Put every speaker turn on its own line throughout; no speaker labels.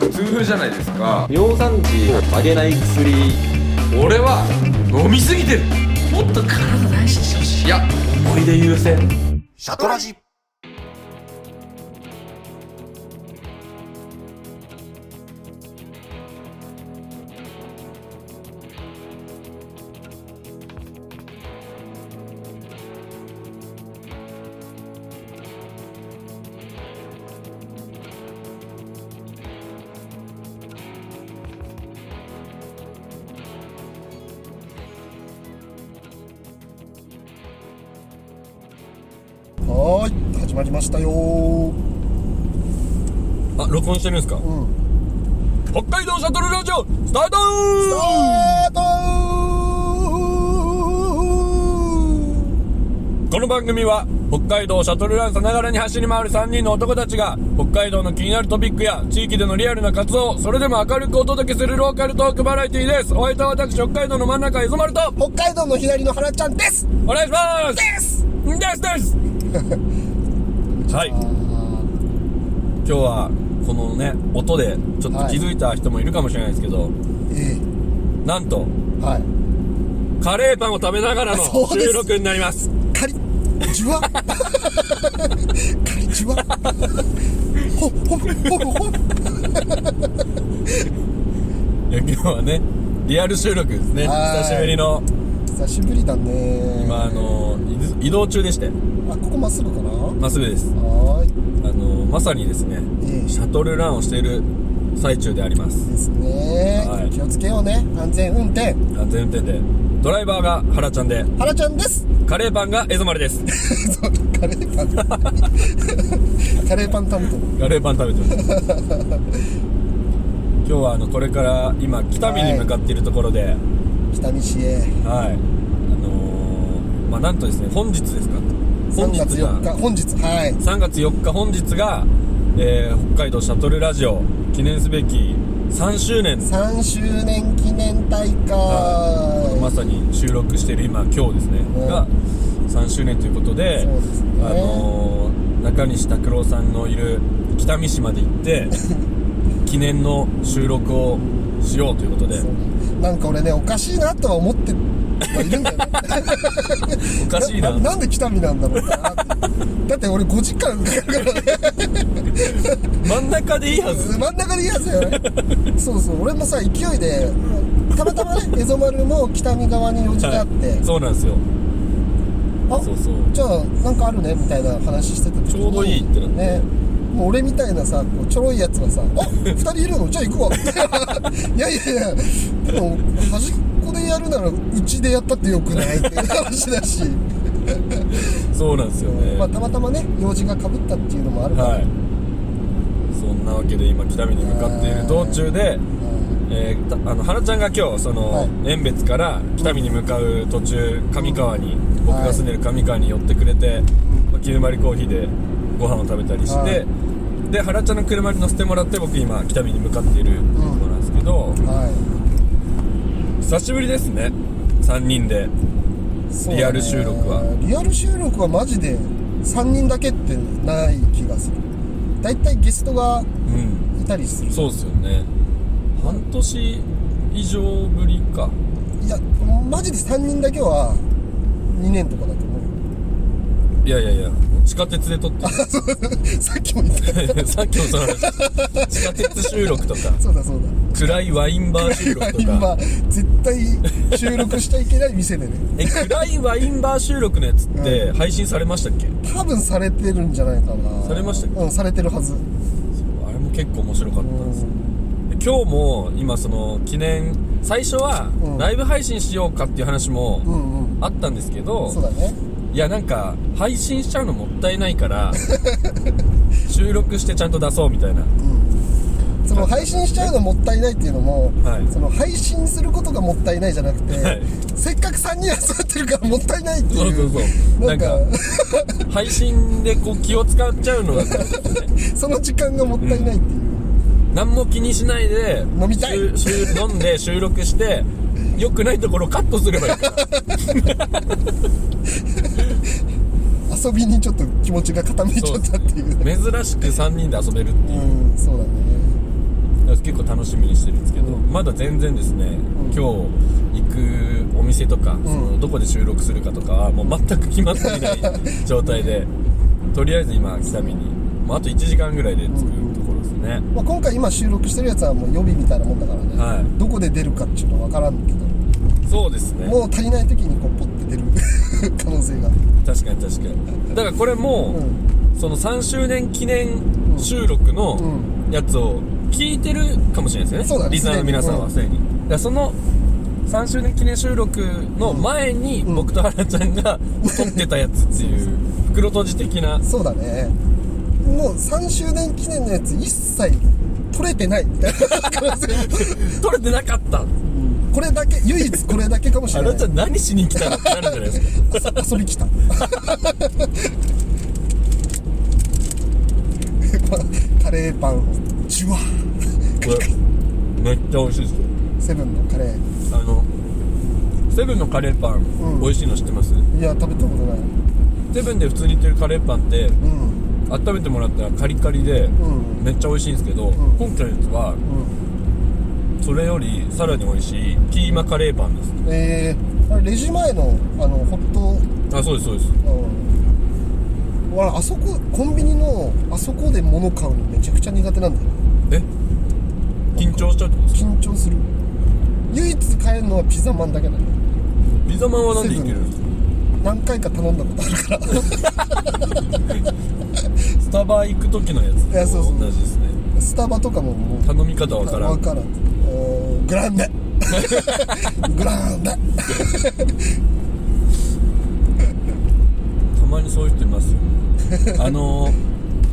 普通じゃないですか
尿酸値を上げない薬
俺は飲みすぎてるもっと体大事にしてほしいいや思い出優先
シャトラジはーい始まりましたよー
あ、録音してるんですかうん。北海道シャトルラジオ、スタート
えーとー
この番組は、北海道シャトルランさながらに走り回る3人の男たちが、北海道の気になるトピックや、地域でのリアルな活動、それでも明るくお届けするローカルトークバラエティです。お相手は私、北海道の真ん中、磯丸と、
北海道の左の原ちゃんです
お願いします
です
です ですはい。今日は、このね、音で、ちょっと気づいた人もいるかもしれないですけど、
え
なんと、
えはい
カレーパンを食べながらの
そうです
収録になります。
カリジュワカリジュワほほほほほ
いや今日はねリアル収録ですね
はい
久しぶりの
久しぶりだね
今あの移移動中でして
あここまっすぐかな
まっすぐです
はーい
あのまさにですね
ええ
シャトルランをしている最中であります
ですね、
はい
気をつけようね安全運転
安全運転でドライバーが原ちゃんで
原ちゃんです
カレーパンがエゾマルです
そうカレーパンカレーパン担
カレーパン食べてます 今日はあのこれから今北見に向かっているところではい、
当北見市へ
あのーまあなんとですね本日ですか本
3月
日が
4日本日はい
3月4日本日が、えー北海道シャトルラジオ記念すべき3周年
3周年記念大会、
まさに収録している今今日ですね、
ん
が3周年ということで
そうですね
あのー中西拓郎さんのいる北見市まで行って 記念の収録をしようということで
そうなんか俺ねおかしいなとは思ってはいるんだ よね
おかしいな
ななんで北見なんだろうなってだって俺5時間かかるからね
真ん中でいいはず
真ん中でいいやつだよねそうそう俺もさ勢いでたまたまね蝦夷丸も北見側に用事があって、
はいそうなんですよ
あ
そうそう
じゃあなんかあるねみたいな話してた時に
ちょうどいいってなって
ねもう俺みたいなさこうちょろいやつ はさ「あ2人いるのじゃあ行くわ」いやいやいやでも端っこでやるならうちでやったってよくない?」っていう話だし、
そうなんですよね、
まあ、たまたまね用事がかぶったっていうのもあるから、
はいそんなわけで今北見に向かっている道中で、えーたあの原ちゃんが今日その、
はい
遠別から北見に向かう途中上川に、僕
はい
が住んでる上川に寄ってくれて、まあ、キルマリコーヒーでご飯を食べたりして、
はい
で原ちゃんの車に乗せてもらって僕今北見に向かっているところなんですけど、
はい
久しぶりですね3人で
そうだね
リアル収録は
リアル収録はマジで3人だけってない気がするだいたいゲストが
うん
いたりする
そうっすよね半年以上ぶりか
いやマジで3人だけは2年とかだと思うよ
いやいやいや地下鉄で撮ってる
さっきも言っ た
さっきもその話地下鉄収録とか
そうだそうだ
暗いワインバー収録とか
今絶対収録しちゃいけない店でね
え暗いワインバー収録のやつって配信されましたっけ
多分されてるんじゃないかな
されましたっけ
うんされてるはず
あれも結構面白かったんです
う
よ今日も今その記念最初は
うん
ライブ配信しようかっていう話
う
も
んうん
あったんですけど
そうだね
いやなんか配信しちゃうのもったいないから 収録してちゃんと出そうみたいな
その配信しちゃうのもったいないっていうのも、
はい
その配信することがもったいないじゃなくて、
はい
せっかく3人集まってるからもったいないって
そう
い
そううそう
なんか
なんか配信でこう気を使っちゃうの が
その時間がもったいないっていう、
何も気にしないで
飲みたい
しゅしゅ飲んで収録して良くないところカットすればいいから
遊びにちょっと気持ちが傾いちゃったっていう
珍しく3人で遊べるっていう
うんそうだね
だから結しみにしてるんですけど、
うん
まだ全然ですね、今日行くお店とか、そのどこで収録するかとかはもう全く決まっていない状態 でとりあえず今北見に、まあ、あと1時間ぐらいで着くところですね、
まあ、今回今収録してるやつはもう予備みたいなもんだからね、
はい
どこで出るかっていうのは分からんけど
そうですね
もう足りない時にこうポッて出る 可能性が
確かに確かにだからこれも、その3周年記念収録の
う
やつを聞いてるかもしれないです
そう
よね、
だね
リスナーの皆さんは
す
すでに、だからその3周年記念収録の前に
ん
僕と原ちゃんが 撮ってたやつっていう袋閉じ的な
そうだねもう3周年記念のやつ一切取れてない 可能性
撮れてなかった
これだけ唯一これだけかもしれな
原
い
ちゃん何しに来たのってなるじゃないですか
遊び来た まあカレーパンをジュワー
これめっちゃ美味しいですよ
セブンのカレー
あのセブンのカレーパン、
うん
美味しいの知ってます
いや食べたことない
セブンで普通に売ってるカレーパンって
うん
温めてもらったらカリカリで
ん
めっちゃ美味しいんですけど、
ん
今回のやつは
うん
それよりさらに美味しいキーマカレーパンです
えー、あれレジ前のあのホット
あそうですそうです
うん俺あそこコンビニのあそこで物買うのめちゃくちゃ苦手なんだよね
え緊張しちゃうってことですか
緊張する唯一買えるのはピザマンだけだよ
ピザマンはなんでいけるんですか
何回か頼んだことあるから
スタバ行く時のやつ
いやそうそ
と
う
同じですね
スタバとかももう
頼み方わから
わ
ん
からんおーグラン デグランデ
たまにそういう人います よあの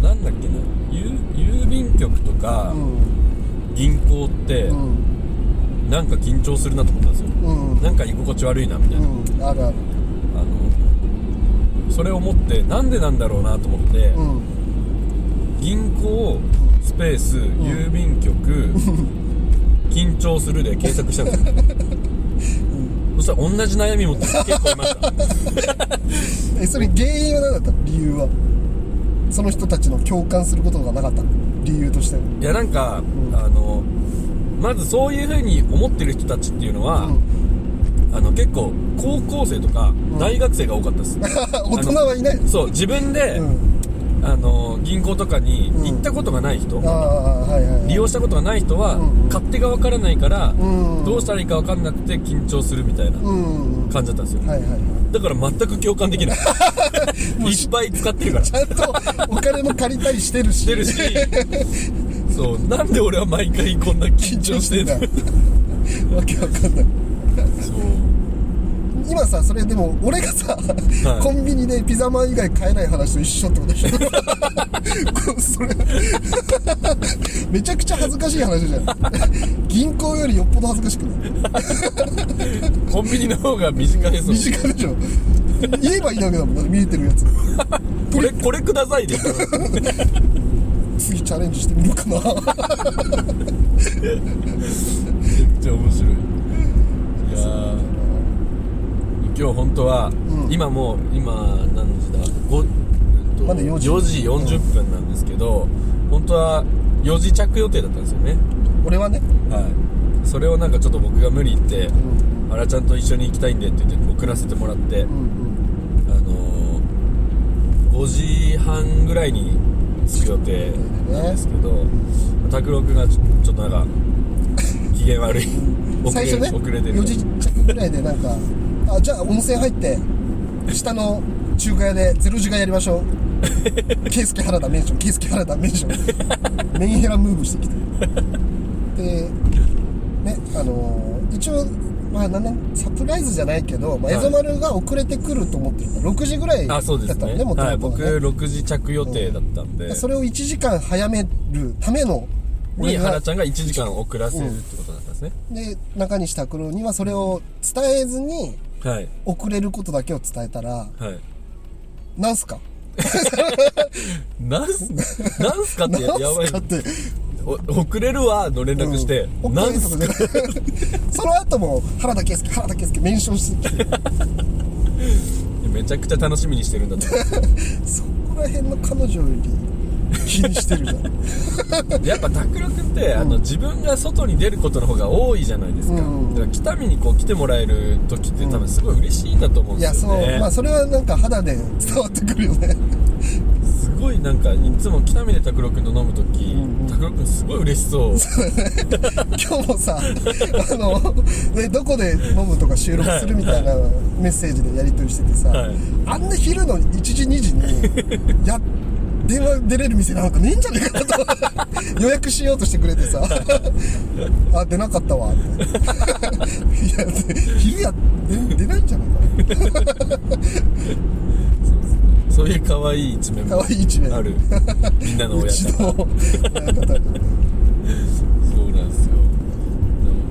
なんだっけな郵郵便局とか
うん
銀行って
うん
なんか緊張するなと思ったんですよ
うん
なんか居心地悪いなみたいな
うんあるある
あのそれを思ってなんでなんだろうなと思って、
うん
銀行スペース、郵便 局、緊張するで検索したんですよ、そしたら同じ悩み持ってる人結構いました
えそれ原因は何だったの理由はその人たちの共感することがなかったの理由として
いやなんか、
ん
あのまずそういうふうに思ってる人たちっていうのは、あの結構高校生とか大学生が多かった です、
大人はいないの
そう自分で、
うん
あの銀行とかに行ったことがない人、
ああはいはいはい
利用したことがない人は、
うん
勝手が分からないから、
ん
どうしたらいいか分かんなくて緊張するみたいな
うん
感じだったんですよ、
はいはいはい
だから全く共感でき ないいっぱい使ってるから
ちゃんとお金も借りたりしてるし
してるし そうなんで俺は毎回こんな緊張してんの
わけわかんない
そう
今さそれでも俺がさ、
い
コンビニでピザマン以外買えない話と一緒ってことでしょこそれめちゃくちゃ恥ずかしい話じゃん銀行よりよっぽど恥ずかしくない
コンビニの方が身近ですもん
身近でしょ言えばいいだけだもんだって見えてるやつ
これこれくださいで
次チャレンジしてみるかな
めっちゃ面白いいやー今日本当は、今もう今何時だごうんと
まだ4時
4時40分なんですけど、本当は4時着予定だったんですよね
俺はね
はいそれをなんかちょっと僕が無理言って「あらちゃんと一緒に行きたいんで」って言って送らせてもらって、
うん
あのー、5時半ぐらいに着く予定なんですけど拓郎君がちょちょっとなんか機嫌悪い
うん
遅
最
れ
初ね
遅れてる
4時着ぐらいでなんかあじゃあ温泉入って下の中華屋でゼロ時間やりましょう ケイスケ原田メンションケイスケ原田メンションメンヘラムーブしてきてでねあのー一応まあ何年サプライズじゃないけど、ま
は
あ、
い
エゾ丸が遅れてくると思ってるから6時ぐらいだ
あ
った
そ
の
うですね
ねもと
はい、
もと
僕6時着予定だったんで、
それを1時間早めるための
に
俺
原
が
ちゃんが1時間遅らせるってことだったんですね、
で中西拓郎にはそれを伝えずに
はい
遅れることだけを伝えたら
はい
なんすか
なんす、なんすかって
な
や
ん
ばい
すか。って
お遅れるわの連絡して、
うん
なんす か
その後も原田圭介原田圭介メンションしてきて
めちゃくちゃ楽しみにしてるんだと思う。
そこら辺の彼女より気にして るじゃん
やっぱ拓郎君って、あの自分が外に出ることの方が多いじゃないですか、
うん
だから北見にこう来てもらえる時って多分すごい嬉しいんだと思うん
い
で
や
す
そ
よね、
うまあそれはなんか肌で伝わってくるよね
すごいなんかいつも北見で拓郎君と飲む時
うんうん
拓郎君すごい嬉し そう
今日もさあの、ね、どこで飲むとか収録するみたいなメッセージでやり取りしててさ、
はい
あんな昼の1時2時にや 電話出れる店なんかねえんじゃねえかなと 予約しようとしてくれてさ あ出なかったわっていやで昼や出出ないんじゃないかな
そういう可愛い一面も
可愛い一面
あるみんなの
う
親
ち
方
の親方に
そうなんですよ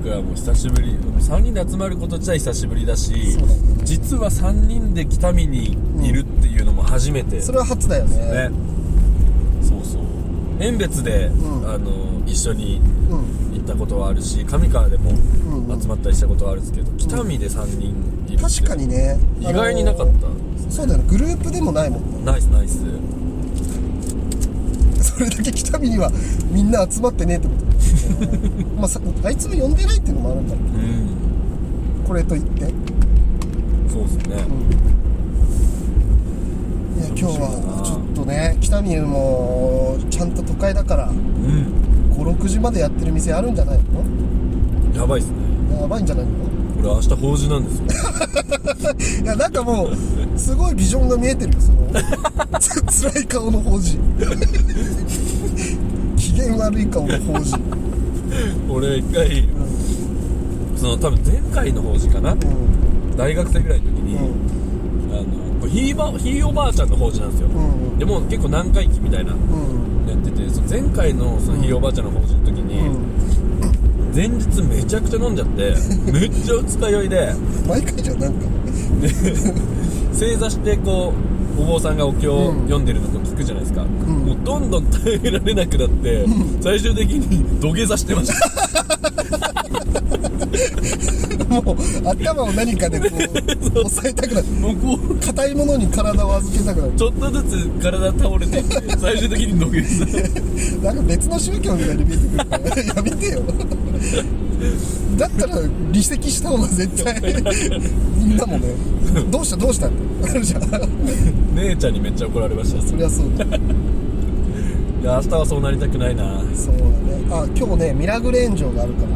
僕はもう久しぶり3人で集まること自体久しぶりだし
そうだね
実は3人で北見にいるっていうのも初めて、
それは初だよね
ねそうそう遠別で、
うん
あの一緒に
うん
行ったことはあるし上川でも
んうん
集まったりしたことはあるんですけど、北見で3人いるって
確かにね
意外になかっ
あ
た、
のそうだよねグループでもないもんね
ナイスナイス
それだけ北見にはみんな集まってねえってことだよね まあさあいつも呼んでないっていうのもあるんだろう
うん
これと言っていや
そうですね、
今日はちょっとね北見もちゃんと都会だから
うん、
56時までやってる店あるんじゃないの
やばいっすね
やばいんじゃないの
俺明日法事なんですよ
いやなんかもうすごいビジョンが見えてるよその つ辛い顔の法事 機嫌悪い顔の法事
俺一回その多分前回の法事かな
うん
大学生ぐらいの時に、
うん
あのこれひいばひいおばあちゃんの法事なんですよ、
うん
でもう結構何回忌みたいな
うん
やっててその前回のそのひいおばあちゃんの法事の時
う
に、
ん
前日めちゃくちゃ飲んじゃって めっちゃ二日酔いで
毎回じゃんなんか
正座してこうお坊さんがお経を読んでるのと聞くじゃないですか、もうどんどん耐えられなくなって、最終的に土下座してました
もう頭を何かでこう押さえたくなる
もうこう
硬いものに体を預けたくなる
ちょっとずつ体倒れていって最終的に土下座
なんか別の宗教みたいに見えてくるからやめてよだったら離席した方が絶対みんなもねどうしたどうしたってなるじゃん
姉ちゃんにめっちゃ怒られました
そりゃそうだ
いや明日はそうなりたくないな
そうだねあ今日ねミラグレンジョがあるから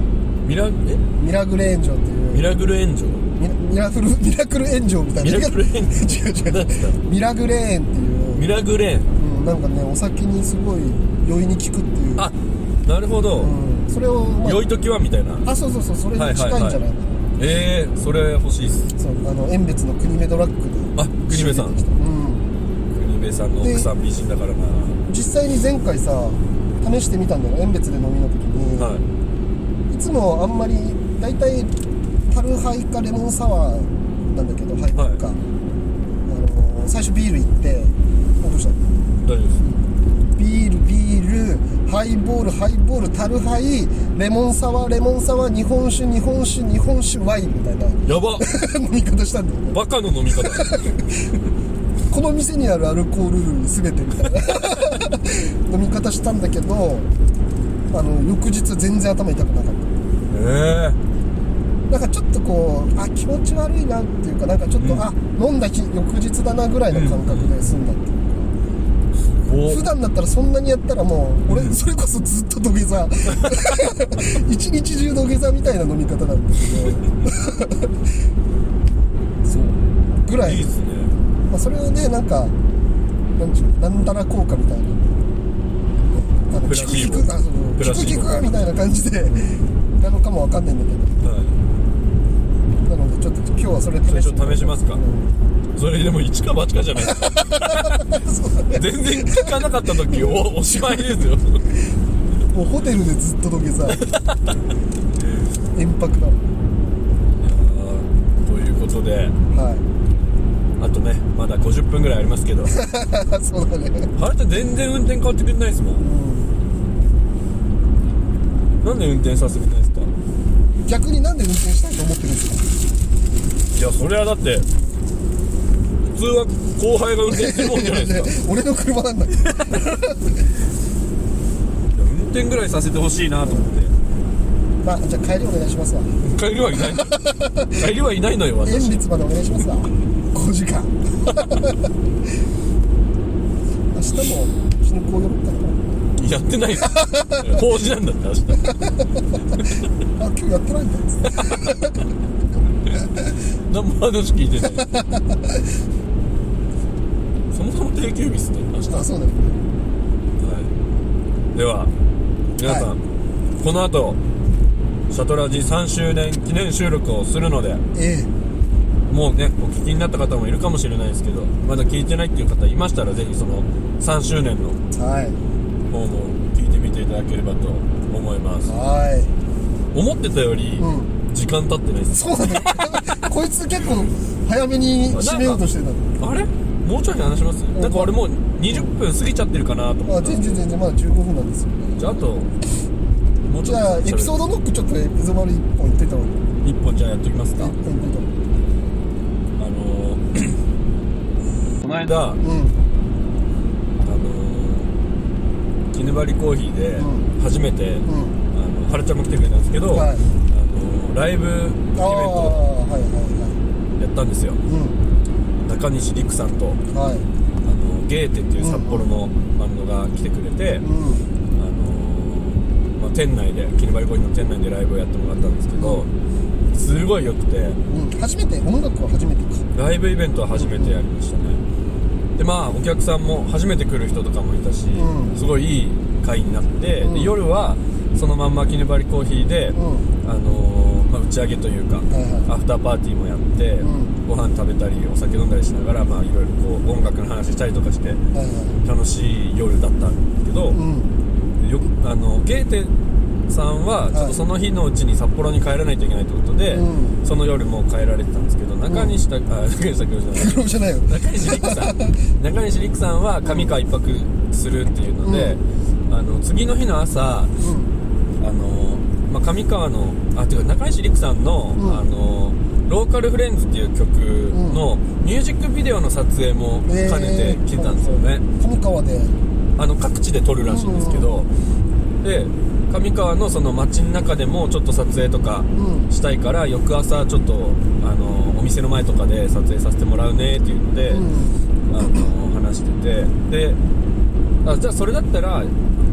ミラえ
ミラグレンジョっていう
ミラグル炎上
ミラミラフルミラクル炎上みたいな
ミラクル炎上
違う違う
何ですか
ミラグレーンっていう、
ミラグレーン
うん、なんかねお酒にすごい酔いに効くっていう
あなるほど、
うん、それを、まあ
良い時はみたいな
あそうそうそうそれに近いんじゃないかな、
ええー、それ欲しいっす
そうあの遠別の国目ドラッグで
あ国部さん
うん
国部さんの奥さん美人だからな
実際に前回さ試してみたんだよ遠別で飲みの時に、
はい
い、つもあんまり大体パルハイかレモンサワーなんだけどハイボールか、
は
あの最初ビール行ってあどうした
大丈夫です
ビールビールハイボールハイボールタルハイレモンサワーレモンサワー日本酒日本酒日本酒ワインみたいな
やば
飲み方したんだよね
バカの飲み方
この店にあるアルコール類全てみたいな 飲み方したんだけどあの翌日全然頭痛くなかった
え
なんかちょっとこうあ気持ち悪いなっていうかなんかちょっと、あ飲んだ日翌日だなぐらいの感覚で済んだっていう、
えー、
普段だったらそんなにやったらもう俺それこそずっと土下 座一日中土下座みたいな飲み方なんだけど そうぐ
お
ら
いいっすね
まあ、それをねなんかなんちゅうのなんだら効果みたいなあの
プラ
聞く
シ
聞
ーボ
くあそう
プラ
聞
シー
く
ボ
聞くみたいな感じで なのかもわかんないんだけ
は
どなのでちょっと今日はそれ試
い最
してみ
初試しますか、
うん
それでも一か八かじゃない ですか全然聞かなかった時おおしまいですよ
もうホテルでずっと土下 座遠泊だも
ということで
んは
あとねまだ50分ぐらいあります けど
い そうだね、
原田全然運転変わってくれないですもん
うん
なんで運転させてくれないですかい
逆になんで運転したいと思ってるんですか
やそれはだって通は後輩が運転するもん じゃない ですか
俺の車なんだけど
運転ぐらいさせてほしいなと思って
まあじゃあ帰りお願いしますわ
帰りはいない帰りはいないのよ
縁
私
日までお願いしますわ5時間 明日もうちの工業だったか
やってないです法事なんだって明日
らあ今日やってないんだ
何も話聞いてないそもそも定休日っすね明日
あそうだよ
はい、では皆さん、
は
この後シャトラジ3周年記念収録をするので
え
もうねお聞きになった方もいるかもしれないですけどまだ聞いてないっていう方いましたらぜひその3周年の
えはい
方も聞いてみていただければと思います
は
思ってたより
う
時間経ってないで
い
す、
そうなんだよ こいつ結構早めに締めようとしてた
あれもうちょい話しますなんか俺もう20分過ぎちゃってるかなと思
あ
った
全然全然まだ15分なんですよ
じゃああともうち
じ
ょっ
ゃあ
と
エピソードノックちょっとエピソード丸1本いってた方がいい
1本じゃあやっておきます
あ
か
1本いって
あのーこの間
たうん
あのー絹張りコーヒーで
う
初めて、
うん
あのはるちゃんも来てくれたんですけど、
はい
あのーライブイベン
ああ
ト
はいは
やったんですよ
いはいうん
中西陸さんと
はい
あのゲーテっていう札幌のバンドが来てくれて、
うん
あのーまあ、店内で絹張りコーヒーの店内でライブをやってもらったんですけど、すごい良くて
うん初めて音楽は初めてか
ライブイベントは初めてやりましたねでまあお客さんも初めて来る人とかもいたし、
うん
すごいいい会になって、
うん
で夜はそのまんま絹張りコーヒーで、
うん
あのーまあ、打ち上げというか、
はい
アフターパーティーもやって、
うん
ご飯食べたりお酒飲んだりしながら、まあ、いろいろこう音楽の話したりとかして
はいは
楽しい夜だったんだけど、
いうん
よくあのゲーテさんはちょっとその日のうちに札幌に帰らないといけないということで、
う
その夜もう帰られてたんですけど中西た、 あ中西拓郎じゃない
苦労じゃないよ
中西陸さん 中西陸さんは上川一泊するっていうので、あの次の日の朝
うん
あの、まあ、上川のあていうか中西陸さんの,、
うん
あのローカルフレンズっていう曲のミュージックビデオの撮影も兼ねて来てたんですよね、
上川で
あの各地で撮るらしいんですけど、で上川のその街の中でもちょっと撮影とか
うん
したいから、翌朝ちょっとあのお店の前とかで撮影させてもらうねっていうので、
うん
あの話しててであじゃあそれだったら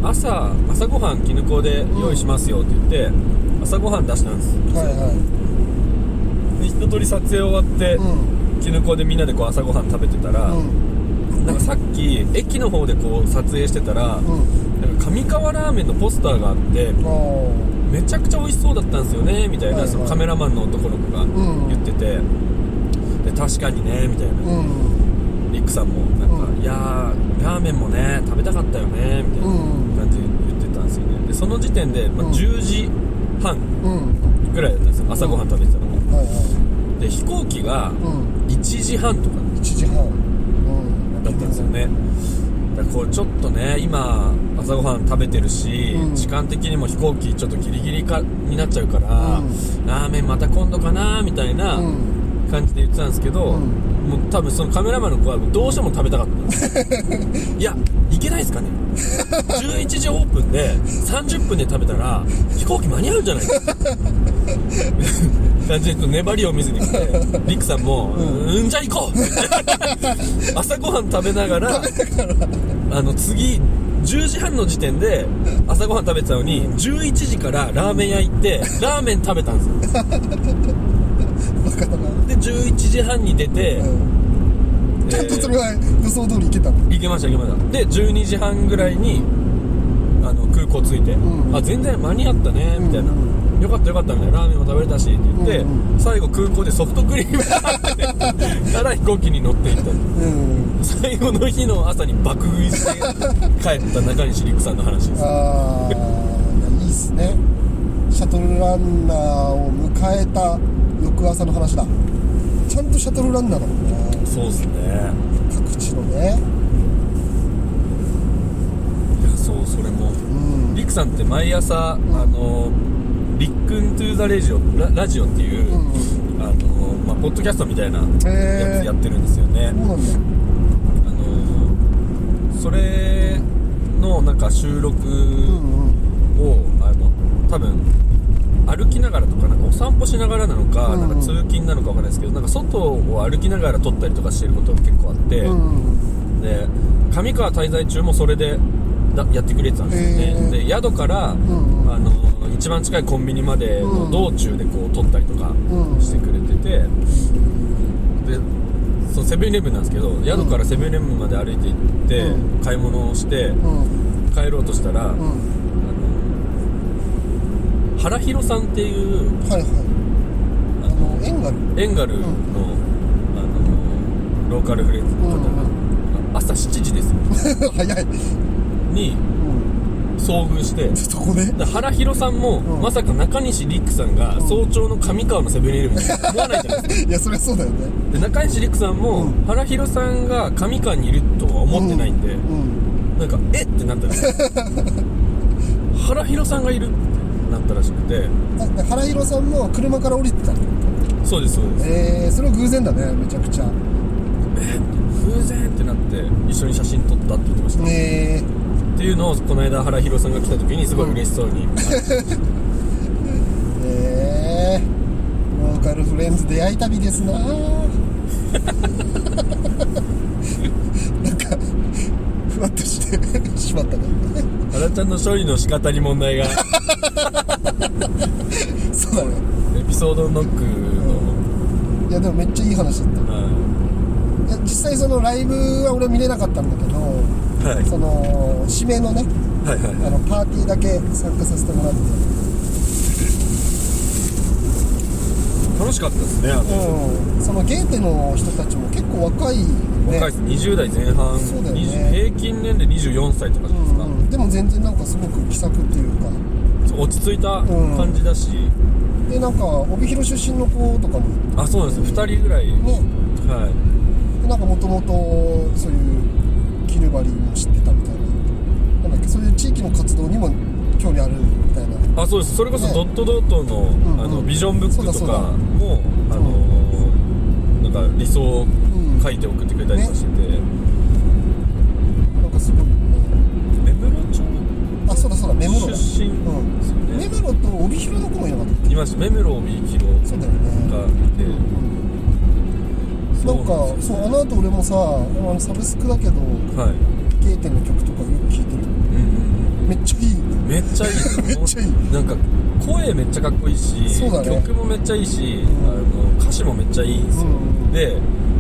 朝朝ごはん絹子で用意しますよって言って、朝ごはん出したんです
はいは
で一通り撮影終わって
いうん
絹子、でみんなでこう朝ごはん食べてたら、
うん
なんかさっき駅の方でこう撮影してたら、
うん
なんか上川ラーメンのポスターがあって
ああ
めちゃくちゃ美味しそうだったんですよねみたいな、
はいはい
そのカメラマンの男の子が
ん
言ってて、で確かにねみたいな、
うん
リックさんもなんか、
うん
いやーラーメンもね食べたかったよねみたいな
うん
感じで言ってたんですよねでその時点で、まあ、
うん
10時半
うん
ぐらいだったんですよ朝ごはん食べてたのが
はいは
で飛行機が
いうん
1時半とか
1時半うん
だったんですよねだからこうちょっとね今朝ごはん食べてるし、
うん
時間的にも飛行機ちょっとギリギリかになっちゃうから、
うん
ラーメンまた今度かなみたいな
うん
感じで言ってたんですけど、
うん
もう多分そのカメラマンの子はどうしても食べたかったんです いやいけないですかね11時オープンで30分で食べたら飛行機間に合うんじゃないか感じでちょっと粘りを見せてきてりくさんも「うんじゃあ行こう!」朝ごはん食べながらあの次10時半の時点で朝ごはん食べてたのに11時からラーメン屋行ってラーメン食べたんですよ
バカだな
で11時半に出て、
うん
えー
ちゃんとそれは予想通りいけたの
行けました行けましたで12時半ぐらいにあの空港着いて、
うん
あ全然間に合ったねみたいな、
う
よかったよかったみたいなラーメンも食べれたしって言って、
うん
最後空港でソフトクリーム食べて から飛行機に乗っていった
うん
最後の日の朝に爆食いして帰った中西陸さんの話です
ああいいっすねシャトルランナーを迎えた翌朝の話だちゃんとシャトルランナーだもんね
そうですね
各地のね
いやそうそれも
うん
陸さんって毎朝、
ん
あの「リックントゥーザレジオララジオっていう、
うん
あのまあ、ポポッドキャストみたいなや
へ
つ
ー
やってるんですよね、
そうな
あ
んだ
のーそれのなんか収録
うんうん
を、あの多分歩きながらとかなんかお散歩しながらなのか,、
うん
なんか通勤なのかわかんないですけどなんか外を歩きながら撮ったりとかしてることが結構あって、
うん
で上川滞在中もそれでだやってくれてたんですよね、
へー
で宿から、
ん
あの一番近いコンビニまでの道中でこう撮ったりとか
うん
してくれてて、でそのセブンイレブンなんですけど宿からセブンイレブンまで歩いて行って、
う
買い物をして
うん
帰ろうとしたら、
う
あ
ん
の原弘さんっていう
はいはいあの縁がある
エンガルの,、あのローカルフレーズの方が、朝7時ですよ
早い、
に
うん、
遭遇して
そこで
だ原弘さんも、
ん
まさか中西陸さんが早朝の上川のセブンイレブンに思わないじゃないですか
いやそりゃそうだよね
で中西陸さんも、
うん
原弘さんが上川にいるとは思ってないんで、
うん
なんかえってなったら しい原弘さんがいるってなったらしくて
あで原弘さんも車から降りてたの
そうですそうです
えー、それは偶然だねめちゃくちゃ
偶然ってなって一緒に写真撮ったって言ってました、
ね
っていうのをこの間原弘さんが来た時にすごい嬉しそう に、
ええー、ローカルフレンズ出会い旅ですななんかふわっとしてしまったね
原ちゃんの処理の仕方に問題がエ
そうだね
ピソードノックの、
いやでもめっちゃいい話だった
はい
や実際そのライブは俺見れなかったんだけど
いはい
その締めのね
はいはい
あのパーティーだけ参加させてもらって
楽しかったですねあの、
うん、そのゲーテの人たちも結構若いよね
若いです20代前半、
そうだよね
20平均年齢24歳とかじゃないですか、
うんうん、でも全然なんかすごく気さくっていうか
そう落ち着いた感じだし、
でなんか帯広出身の子とかもい
あそうなんですよ2人ぐらい、
てね
はい
でなんかもともとそういうキルバリーも知ってたみたいななんだっけそういう地域の活動にも興味あるみたいな
あそうですそれこそ
ね
ドットドットの,、
ん
あのビジョンブック
そ
と
うだそうだ
かもあのなんか理想を書いて送ってくれたりとかしてて、
なんかすごい
目室町
あそうだそうだ目黒だ
出身
うん
ですよ
目
ね、
黒と帯広の子もいなかったっ
いました目黒帯広がいて
そうだよねけ
そ
な
うん
か
です
そ
よ
うあの後俺もさあのサブスクだけど
はい、
K 点の曲とかよく聴いてる
うんうんうん
めっちゃいい
めっちゃいいです
めっちゃいい
なんか声めっちゃかっこいいし、
そうだね
曲もめっちゃいいしあの歌詞もめっちゃいいんですよ、
うん
で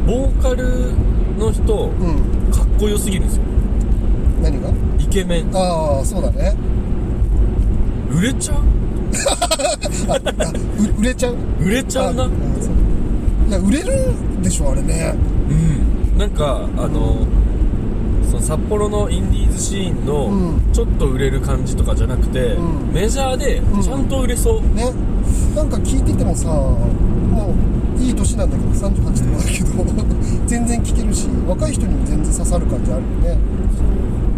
ボーカルの人、
うん
かっこよすぎるんですよ
何が
イケメン
ああそうだね
売れちゃう
う売れちゃう
売れちゃうな
あんそういや売れるんでしょあれね
うんなんかあのその札幌のインディーズシーン
う
のちょっと売れる感じとかじゃなくて、
うん
メジャーで
ん
ちゃんと売れそう、
ねなんか聞いててもさもういい年なんだけど38とかだけど 全然聴けるし若い人にも全然刺さる感じあるよね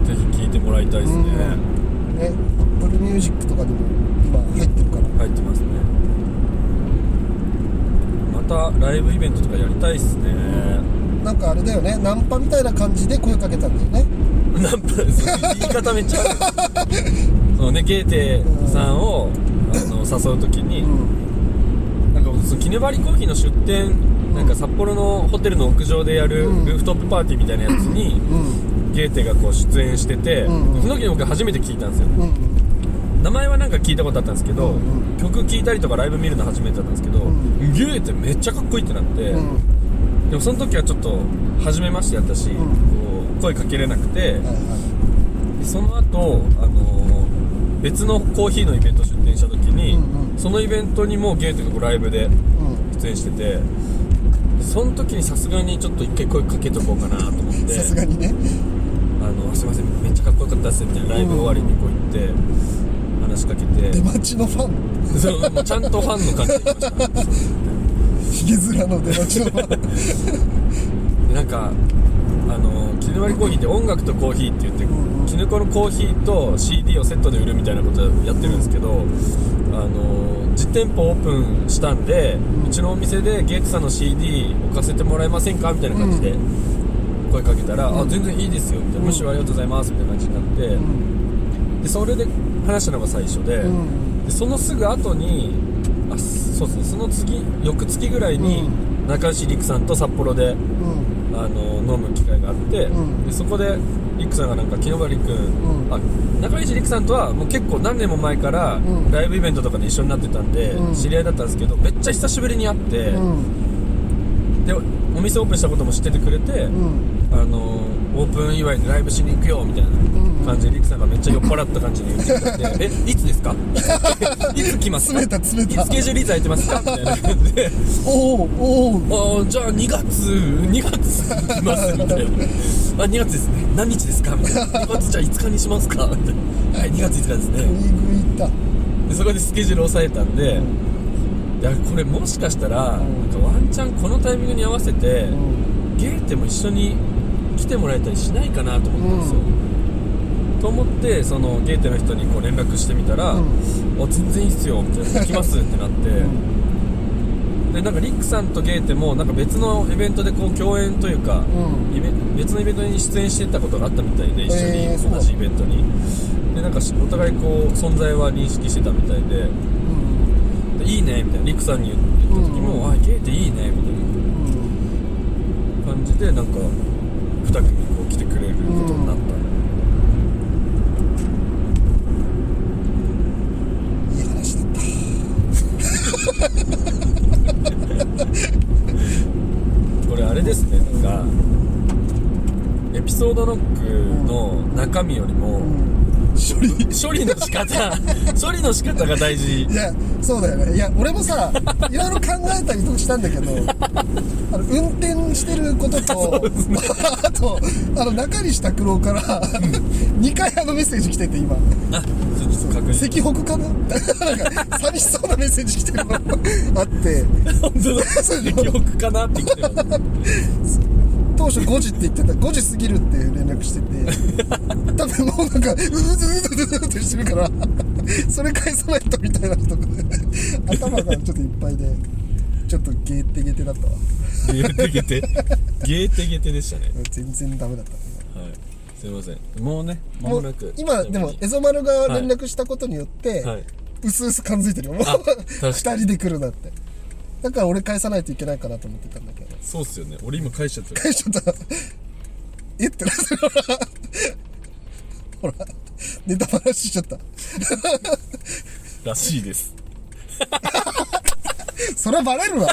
ぜひ聴いてもらいたいですね、
ねブルーミュージックとかでも今入ってるから
入ってますねまたライブイベントとかやりたいっすね、
なんかあれだよねナンパみたいな感じで声かけたんだよね
ナンパそう言い方めっちゃ そのねゲーテさんをあの誘う時に、
うん
なんかそのキネバリコーヒーの出店なんか札幌のホテルの屋上でやるル
うん
ーフトップパーティーみたいなやつに、
うん
ゲーテがこう出演してて、
うんうん
その時に僕初めて聞いたんですよ
うん
名前はなんか聞いたことあったんですけど、
うん
曲聴いたりとかライブ見るの初めてだったんですけど、
ん
ゲーテめっちゃかっこいいってなって、
うんうん
でもその時はちょっと初めましてやったし、
ん
こう声かけれなくて
はいは
その後あのー別のコーヒーのイベント出店した時に、
うんうん
そのイベントにもゲートがライブで
いうん
出演しててその時にさすがにちょっと一回声かけとこうかなと思って
さすがにね
あのすいませんめっちゃかっこよかったっすみたいなライブ終わりにこう行って話しかけて、
出待ちのファン
そうもうちゃんとファンの感じで行きました
ひげ面の出待ちの ファン
でなんかあのキヌワリコーヒーって音楽とコーヒーって言って
うんうん
キヌコのコーヒーと CD をセットで売るみたいなことやってるんですけどあの実10店舗オープンしたんで、うちのお店でゲイツさんの CD 置かせてもらえませんかみたいな感じで声かけたら、あ全然いいですよみたいな、むしろありがとうございますみたいな感じになって、でそれで話したのが最初で,、
うん
でそのすぐ後にあそうですねその次翌月ぐらいに、中石陸さんと札幌で
うん
あの飲む機会があって、
ん
でそこでリクさんがなんか昨日がリク、
ん
あ中西リクさんとはもう結構何年も前から
ん
ライブイベントとかで一緒になってたんで、
うん
知り合いだったんですけどめっちゃ久しぶりに会って、
うん
でお店オープンしたことも知っててくれて、
うん
あのオープン祝いにライブしに行くよみたいな感じでリクさんがめっちゃ酔っ払った感じに言ってきてえいつですかいつ来ますか
詰めた詰めた
いつスケジュールいつ空いてますかみたいな感じで
おうおう
ああじゃあ2月2月来ますみたいなあ2月ですね何日ですかみたいな2月じゃあ5日にしますかみたいなはい2月5日です
い
ね
い具いった
でそこでスケジュール押さえたんでいやこれもしかしたらなんかワンチャンこのタイミングに合わせてゲーテも一緒に来てもらえたりしないかなと思ったんですよ、と思ってそのゲーテの人にこう連絡してみたら「あ全然いいっすよ」みたいな「来ます」ってなって、でなんかリックさんとゲーテもなんか別のイベントでこう共演というか、
うん
イベ別のイベントに出演してたことがあったみたいで一緒に、
えーそう
同じイベントにでなんかしお互いこう存在は認識してたみたいで
うん
でいいねみたいなリクさんに言言った時も、あゲーテいいねみたいな
うん
感じでなんか2組こう来てくれることになった、
いい話だった
これあれですねなんかエピソードノックの中身よりも、
処理
処理の仕方処理の仕方が大事
いやそうだよねいや俺 もさいろいろ考えたりとかしたんだけどあの運転してることと、 あとあの中西拓郎から2回あのメッセージ来てて今
あちょっと確認
赤北かな なんか寂しそうなメッセージ来てるのあって
本当だ
そうでしょ
記憶かなってきてます
当初5時って言ってた5時過ぎるって連絡してて多分もうなんかうずうずうずうずうずってしてるからそれ返さないとみたいな人が頭がちょっといっぱいでちょっとゲーテゲテだったわ
ゲーテゲテゲーテゲテでしたね
全然ダメだったね
はいすいませんもうねま
も
も
う
なく
今でもエゾマルが連絡したことによって、
はい
薄々感づいてるよもう
あ確かに
2人で来るなってだから俺返さないといけないかなと思ってたんだけど
そうっすよね俺今返しちゃった
返しちゃったえってなってるほらネタバラしちゃった
らしいです
そりゃバレるわ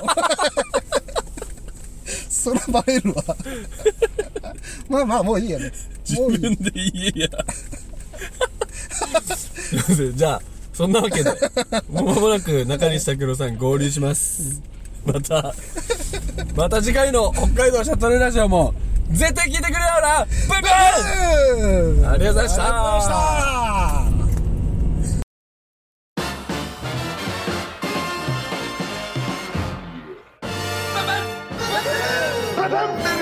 そりゃバレるわまあまあもういいよねもうい
自 分
い
で言えやすいませんじゃあそんなわけでもう間もなく中西拓郎さん合流しますまたまた次回の北海道シャトルラジオも絶対聞いてくれよなバイバ
うん
イありがとうございました
あー
ババン